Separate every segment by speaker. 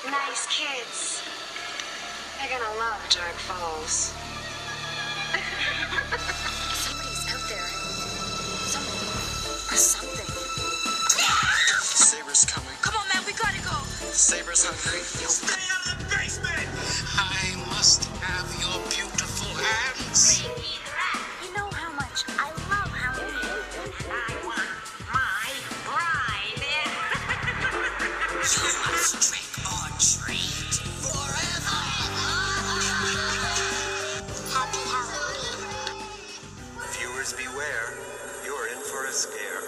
Speaker 1: These kids, they're gonna love Dark Falls. Somebody's out there. Somebody. Or something.
Speaker 2: Saber's coming.
Speaker 3: Come on, man, we gotta go.
Speaker 2: Saber's hungry.
Speaker 4: Stay out of the basement!
Speaker 2: I must have your beautiful hands.
Speaker 1: You know how much I love Halloween.
Speaker 4: I want my bride. you must trick or treat forever. Viewers beware, you're in for a scare.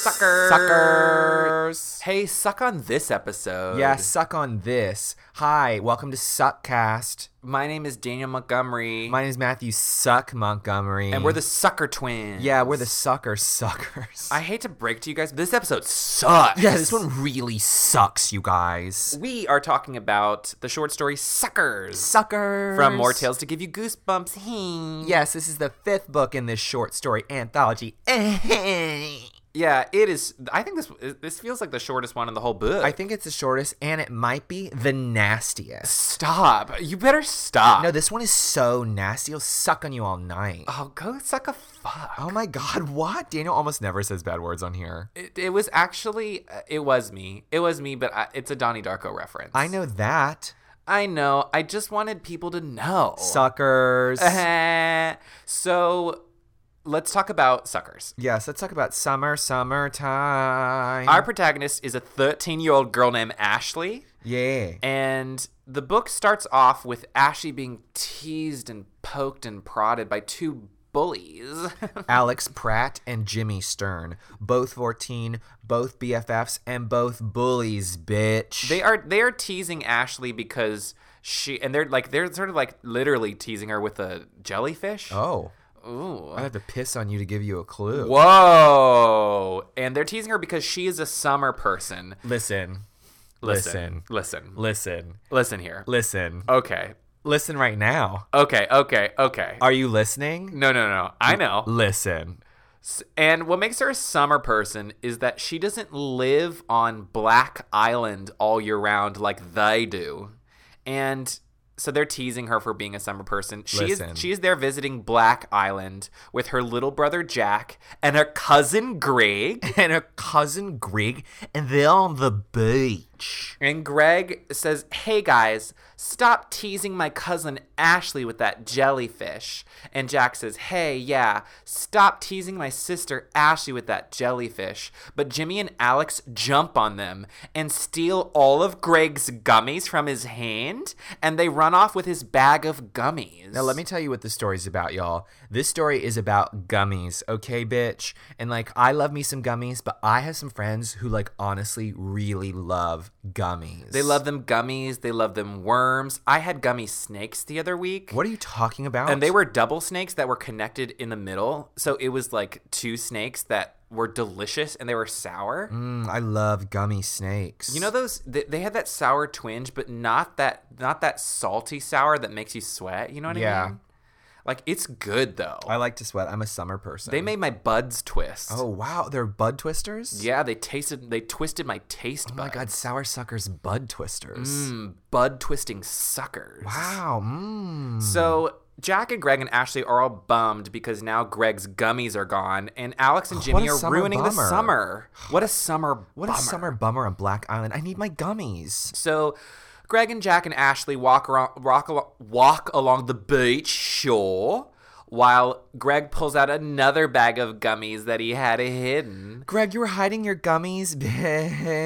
Speaker 5: Suckers.
Speaker 6: Suckers.
Speaker 5: Hey, suck on this episode.
Speaker 6: Yeah, suck on this. Hi, welcome to Suckcast.
Speaker 5: My name is Daniel Montgomery.
Speaker 6: My name is Matthew Suck Montgomery.
Speaker 5: and we're the Sucker Twins.
Speaker 6: Yeah, we're the sucker suckers.
Speaker 5: I hate to break to you guys, but this episode sucks.
Speaker 6: Yeah, this one really sucks, you guys.
Speaker 5: We are talking about the short story Suckers
Speaker 6: Suckers.
Speaker 5: from More Tales to Give You Goosebumps. Hey.
Speaker 6: Yes, this is the fifth book in this short story anthology. I
Speaker 5: Yeah, it is. I think this this feels like the shortest one in the whole book.
Speaker 6: think it's the shortest, and it might be the nastiest.
Speaker 5: Stop. You better stop.
Speaker 6: No, this one is so nasty. It'll suck on you all night.
Speaker 5: oh, go suck a fuck.
Speaker 6: Oh my god, what? Daniel almost never says bad words on here.
Speaker 5: It, it was actually, uh, it was me. It was me, but I, it's a Donnie Darko reference.
Speaker 6: I know that.
Speaker 5: I know. I just wanted people to know.
Speaker 6: Suckers.
Speaker 5: Uh-huh. so let's talk about suckers.
Speaker 6: Yes, let's talk about summer, summertime.
Speaker 5: Our protagonist is a 13 year old girl named Ashley,
Speaker 6: yeah.
Speaker 5: and the book starts off with Ashley being teased and poked and prodded by two bullies.
Speaker 6: Alex Pratt and Jimmy Stern, both 14, both BFFs, and both bullies, bitch.
Speaker 5: They are they are teasing Ashley because she and they're like they're sort of like literally teasing her with a jellyfish.
Speaker 6: Oh,
Speaker 5: Ooh.
Speaker 6: I have to piss on you to give you a clue.
Speaker 5: Whoa. And they're teasing her because she is a summer person.
Speaker 6: Listen,
Speaker 5: Listen. Listen.
Speaker 6: Listen. listen,
Speaker 5: Listen here.
Speaker 6: listen,
Speaker 5: Okay.
Speaker 6: listen right now.
Speaker 5: Okay. Okay. Okay.
Speaker 6: Are you listening?
Speaker 5: No, no, no. I know.
Speaker 6: Listen.
Speaker 5: And what makes her a summer person is that she doesn't live on Black Island all year round like they do. And so they're teasing her for being a summer person. She
Speaker 6: Listen.
Speaker 5: is she is there visiting Black Island with her little brother Jack and her cousin Greg.
Speaker 6: And her cousin Greg, and they're on the beach.
Speaker 5: And Greg says, Hey guys, stop teasing my cousin Ashley with that jellyfish. And Jack says, Hey, yeah, stop teasing my sister Ashley with that jellyfish. But Jimmy and Alex jump on them and steal all of Greg's gummies from his hand, and they run off with his bag of gummies.
Speaker 6: Now, let me tell you what this story's about, y'all. This story is about gummies, okay, bitch? And, like, I love me some gummies, but I have some friends who, like, honestly really love gummies.
Speaker 5: They love them gummies, they love them worms. I had gummy snakes the other week.
Speaker 6: What are you talking about?
Speaker 5: And they were double snakes that were connected in the middle. So it was like two snakes that were delicious and they were sour.
Speaker 6: Mm, I love gummy snakes.
Speaker 5: You know those th- they had that sour twinge but not that not that salty sour that makes you sweat, you know what I
Speaker 6: Yeah.
Speaker 5: mean? Like it's good though.
Speaker 6: I like to sweat. I'm a summer person.
Speaker 5: they made my buds twist.
Speaker 6: Oh wow, they're bud twisters.
Speaker 5: Yeah, they tasted they twisted my taste
Speaker 6: Oh my
Speaker 5: bud.
Speaker 6: god, sour suckers, bud twisters.
Speaker 5: Mm, bud twisting suckers.
Speaker 6: Wow. Mm.
Speaker 5: So Jack and Greg and Ashley are all bummed because now Greg's gummies are gone, and Alex and
Speaker 6: What
Speaker 5: Jimmy
Speaker 6: a
Speaker 5: are
Speaker 6: summer
Speaker 5: ruining the
Speaker 6: bummer.
Speaker 5: summer. What a summer!
Speaker 6: What
Speaker 5: bummer.
Speaker 6: a summer bummer on Black Island. I need my gummies.
Speaker 5: So Greg and Jack and Ashley walk around, walk, alo- walk along the beach shore, while Greg pulls out another bag of gummies that he had hidden.
Speaker 6: Greg, you were hiding your gummies,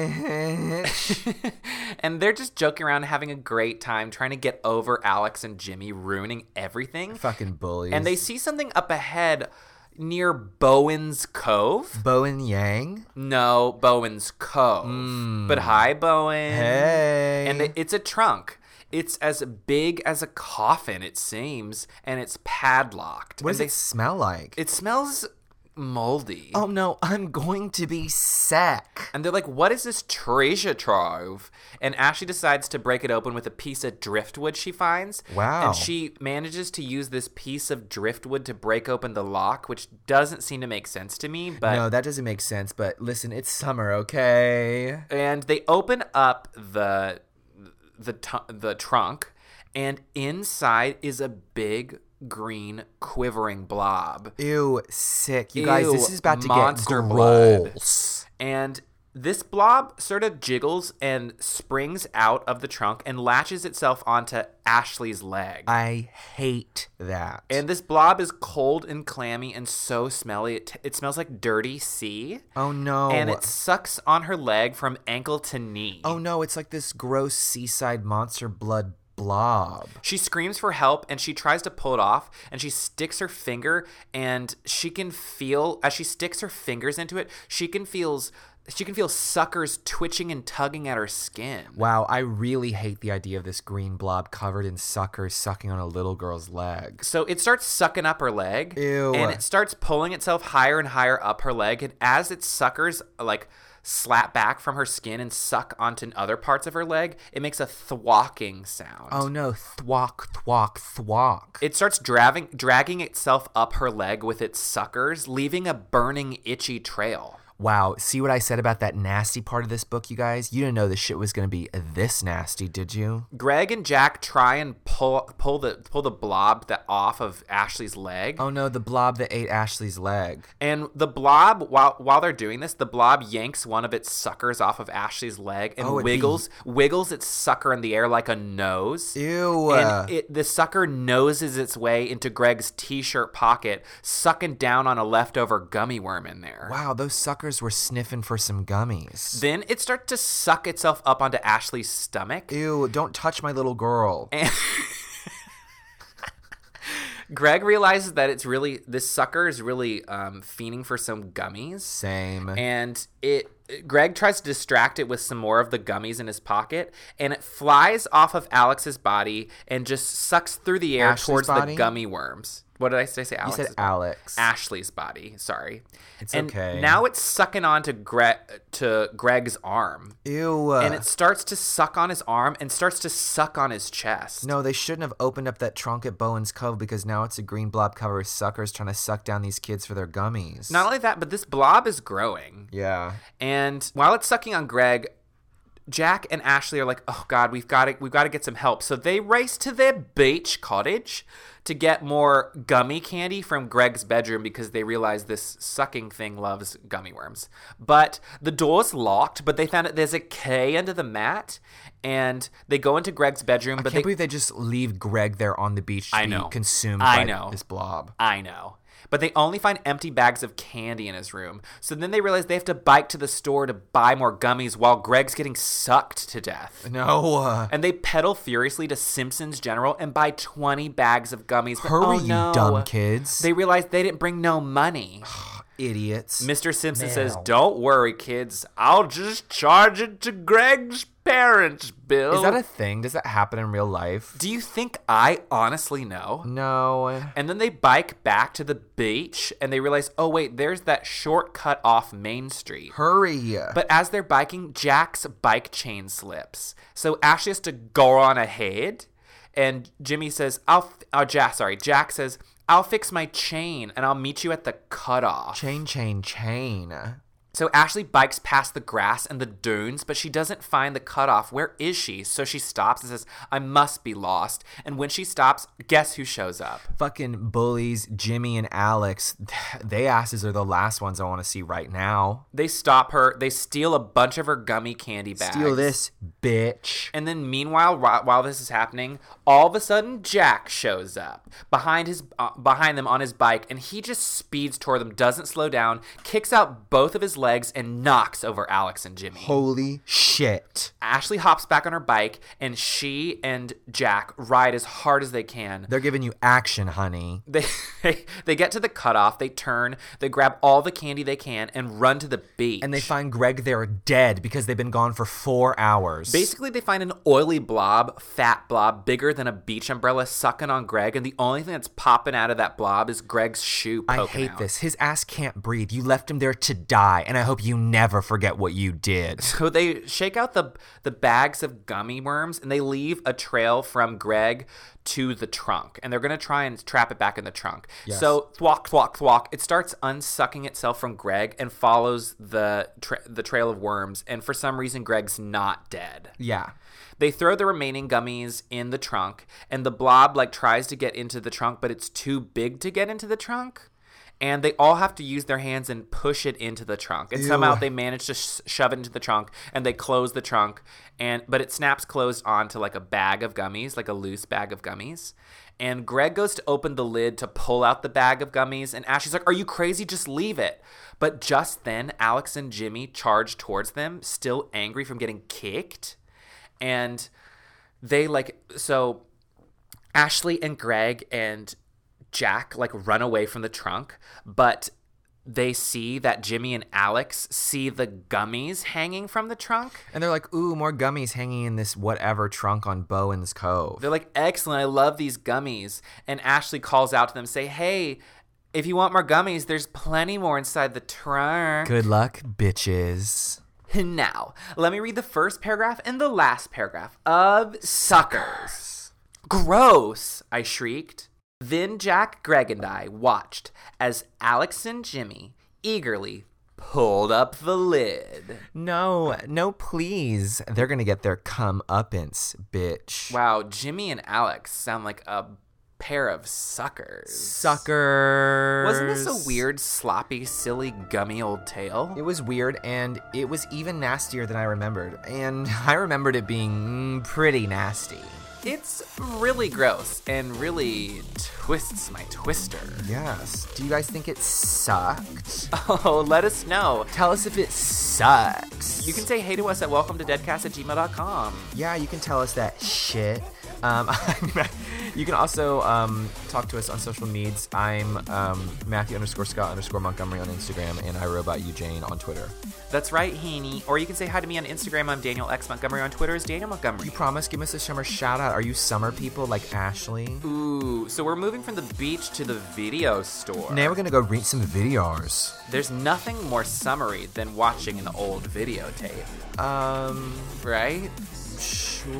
Speaker 6: bitch.
Speaker 5: and they're just joking around, having a great time, trying to get over Alex and Jimmy ruining everything.
Speaker 6: Fucking bullies.
Speaker 5: And they see something up ahead near Bowen's Cove.
Speaker 6: Bowen Yang.
Speaker 5: No, Bowen's Cove. But hi, Bowen.
Speaker 6: Hmm. Hey.
Speaker 5: And it- it's a trunk. It's as big as a coffin, it seems, and it's padlocked.
Speaker 6: what
Speaker 5: And
Speaker 6: does
Speaker 5: they-
Speaker 6: it smell like?
Speaker 5: It smells moldy.
Speaker 6: Oh no, I'm going to be sick.
Speaker 5: And they're like, what is this treasure trove? And Ashley decides to break it open with a piece of driftwood she finds.
Speaker 6: Wow.
Speaker 5: And she manages to use this piece of driftwood to break open the lock, which doesn't seem to make sense to me, but.
Speaker 6: No, that doesn't make sense, but listen, it's summer, okay?
Speaker 5: And they open up the the tu- the trunk, and inside is a big green quivering blob.
Speaker 6: Ew, sick. You guys, this
Speaker 5: Ew,
Speaker 6: is about to get
Speaker 5: monster
Speaker 6: gross.
Speaker 5: And this blob sort of jiggles and springs out of the trunk and latches itself onto Ashley's leg.
Speaker 6: I hate that.
Speaker 5: and this blob is cold and clammy and so smelly. It, it smells like dirty sea.
Speaker 6: oh no.
Speaker 5: And it sucks on her leg from ankle to knee.
Speaker 6: Oh no, it's like this gross seaside monster blood blob.
Speaker 5: She screams for help and she tries to pull it off and she sticks her finger and she can feel as she sticks her fingers into it, she can feels she can feel suckers twitching and tugging at her skin.
Speaker 6: Wow, I really hate the idea of this green blob covered in suckers sucking on a little girl's leg.
Speaker 5: So it starts sucking up her leg
Speaker 6: Ew.
Speaker 5: and it starts pulling itself higher and higher up her leg and as its suckers like slap back from her skin and suck onto other parts of her leg, it makes a thwacking sound.
Speaker 6: Oh no, thwack, thwack, thwack.
Speaker 5: It starts dragging, dragging itself up her leg with its suckers, leaving a burning, itchy trail.
Speaker 6: wow, see what I said about that nasty part of this book, you guys? You didn't know this shit was gonna be this nasty, did you?
Speaker 5: Greg and Jack try and pull pull the pull the blob that off of Ashley's leg,
Speaker 6: Oh no, the blob that ate Ashley's leg.
Speaker 5: and the blob while while they're doing this, the blob yanks one of its suckers off of Ashley's leg and
Speaker 6: Oh, it'd be-
Speaker 5: wiggles wiggles its sucker in the air like a nose.
Speaker 6: Ew.
Speaker 5: And it, the sucker noses its way into Greg's t-shirt pocket, sucking down on a leftover gummy worm in there.
Speaker 6: wow, those suckers were sniffing for some gummies.
Speaker 5: Then it starts to suck itself up onto Ashley's stomach.
Speaker 6: Ew, don't touch my little girl.
Speaker 5: Greg realizes that it's really this sucker is really um, fiending for some gummies,
Speaker 6: Same.
Speaker 5: and it. Greg tries to distract it with some more of the gummies in his pocket, and it flies off of Alex's body and just sucks through the air
Speaker 6: Ashley's
Speaker 5: towards
Speaker 6: body?
Speaker 5: the gummy worms. What did I say? Say Alex's
Speaker 6: you said
Speaker 5: body?
Speaker 6: Alex.
Speaker 5: Ashley's body. Sorry.
Speaker 6: It's
Speaker 5: and
Speaker 6: okay.
Speaker 5: Now it's sucking onto Gre- to Greg's arm.
Speaker 6: Ew.
Speaker 5: and it starts to suck on his arm and starts to suck on his chest.
Speaker 6: No, they shouldn't have opened up that trunk at Bowen's Cove because now it's a green blob covered with suckers trying to suck down these kids for their gummies.
Speaker 5: Not only that, but this blob is growing.
Speaker 6: yeah.
Speaker 5: And while it's sucking on Greg, Jack and Ashley are like, "Oh God, we've got to, we've got to get some help." So they race to their beach cottage to get more gummy candy from Greg's bedroom because they realize this sucking thing loves gummy worms. But the door's locked. But they found that there's a K under the mat, and they go into Greg's bedroom.
Speaker 6: I
Speaker 5: but
Speaker 6: can't
Speaker 5: they,
Speaker 6: believe they just leave Greg there on the beach to
Speaker 5: I know.
Speaker 6: be consumed
Speaker 5: I
Speaker 6: by
Speaker 5: know.
Speaker 6: this blob.
Speaker 5: I know. But they only find empty bags of candy in his room. So then they realize they have to bike to the store to buy more gummies while Greg's getting sucked to death.
Speaker 6: No. Uh,
Speaker 5: And they pedal furiously to Simpson's General and buy 20 bags of gummies. But,
Speaker 6: hurry,
Speaker 5: oh,
Speaker 6: you
Speaker 5: no.
Speaker 6: dumb kids.
Speaker 5: They realize they didn't bring no money.
Speaker 6: idiots.
Speaker 5: Mr. Simpson says, Don't worry, kids. I'll just charge it to Greg's parents' bill.
Speaker 6: Is that a thing? Does that happen in real life?
Speaker 5: Do you think I honestly know?
Speaker 6: no.
Speaker 5: And then they bike back to the beach and they realize, oh, wait, there's that shortcut off Main Street.
Speaker 6: Hurry.
Speaker 5: But as they're biking, Jack's bike chain slips. So Ashley has to go on ahead. And Jimmy says, I'll, f- oh, Jack, sorry, Jack says, I'll fix my chain and I'll meet you at the cutoff.
Speaker 6: chain, chain, chain.
Speaker 5: So Ashley bikes past the grass and the dunes, but she doesn't find the cutoff. Where is she? So she stops and says, I must be lost. And when she stops, guess who shows up?
Speaker 6: Fucking bullies, Jimmy and Alex. They asses are the last ones I want to see right now.
Speaker 5: They stop her. They steal a bunch of her gummy candy bags.
Speaker 6: Steal this, bitch.
Speaker 5: And then, meanwhile, whi- while this is happening, all of a sudden Jack shows up behind his uh, behind them on his bike, and he just speeds toward them, doesn't slow down, kicks out both of his legs and knocks over Alex and Jimmy.
Speaker 6: Holy shit.
Speaker 5: Ashley hops back on her bike and she and Jack ride as hard as they can.
Speaker 6: They're giving you action, honey.
Speaker 5: They, they they get to the cutoff, they turn, they grab all the candy they can and run to the beach.
Speaker 6: And they find Greg there dead because they've been gone for four hours.
Speaker 5: Basically, they find an oily blob, fat blob, bigger than a beach umbrella, sucking on Greg, and the only thing that's popping out of that blob is Greg's shoe.
Speaker 6: I
Speaker 5: poking
Speaker 6: hate
Speaker 5: out.
Speaker 6: this. His ass can't breathe. You left him there to die, and I hope you never forget what you did.
Speaker 5: So they shake out the the bags of gummy worms and they leave a trail from Greg to the trunk, and they're gonna try and trap it back in the trunk. So thwack thwack thwack, it starts unsucking itself from Greg and follows the tra- the trail of worms, and for some reason Greg's not dead.
Speaker 6: Yeah.
Speaker 5: They throw the remaining gummies in the trunk, and the blob like tries to get into the trunk, but it's too big to get into the trunk. And they all have to use their hands and push it into the trunk. And somehow they manage to sh- shove it into the trunk, and they close the trunk. And but it snaps closed onto like a bag of gummies, like a loose bag of gummies. And Greg goes to open the lid to pull out the bag of gummies, and Ashley's like, "Are you crazy? Just leave it." But just then, Alex and Jimmy charge towards them, still angry from getting kicked and they like so Ashley and Greg and Jack like run away from the trunk, but they see that Jimmy and Alex see the gummies hanging from the trunk.
Speaker 6: And they're like, ooh, more gummies hanging in this whatever trunk on Bowen's Cove.
Speaker 5: They're like, "Excellent. I love these gummies." And Ashley calls out to them, say, "Hey, if you want more gummies, there's plenty more inside the trunk."
Speaker 6: Good luck, bitches.
Speaker 5: Now, let me read the first paragraph and the last paragraph of Suckers. Gross, I shrieked. Then Jack, Greg, and I watched as Alex and Jimmy eagerly pulled up the lid.
Speaker 6: No, no, please. They're gonna get their comeuppance, bitch.
Speaker 5: Wow, Jimmy and Alex sound like a pair of suckers.
Speaker 6: Sucker.
Speaker 5: Wasn't this a weird, sloppy, silly, gummy old tale?
Speaker 6: It was weird, and it was even nastier than I remembered. And I remembered it being mm, pretty nasty.
Speaker 5: It's really gross and really twists my twister.
Speaker 6: Yes. Do you guys think it sucked?
Speaker 5: Oh, let us know.
Speaker 6: Tell us if it sucks.
Speaker 5: You can say hey to us at welcome to deadcast at gmail.com.
Speaker 6: Yeah, you can tell us that shit. Um, you can also um, talk to us on social medias. I'm um, Matthew underscore Scott underscore Montgomery on Instagram and iRobot Eugene on Twitter.
Speaker 5: That's right, Heaney. Or you can say hi to me on Instagram. I'm Daniel X Montgomery. On Twitter is Daniel
Speaker 6: You
Speaker 5: Montgomery.
Speaker 6: promise, give us a summer shout out. Are you summer people like Ashley?
Speaker 5: Ooh, so we're moving from the beach to the video store.
Speaker 6: Now we're gonna go read some videos.
Speaker 5: There's nothing more summery than watching an old videotape,
Speaker 6: Um,
Speaker 5: right?
Speaker 6: sure.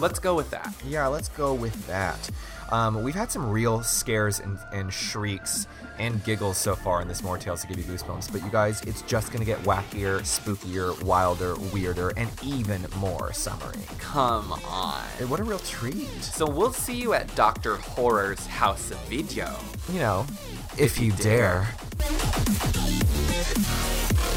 Speaker 5: Let's go with that.
Speaker 6: Yeah, let's go with that. Um, we've had some real scares and, and shrieks and giggles so far in this More Tales to Give You Goosebumps, but you guys, it's just going to get wackier, spookier, wilder, weirder, and even more summery.
Speaker 5: Come on.
Speaker 6: Hey, what a real treat.
Speaker 5: So we'll see you at Dr. Horror's House of Video.
Speaker 6: You know, if you dare.
Speaker 3: Thank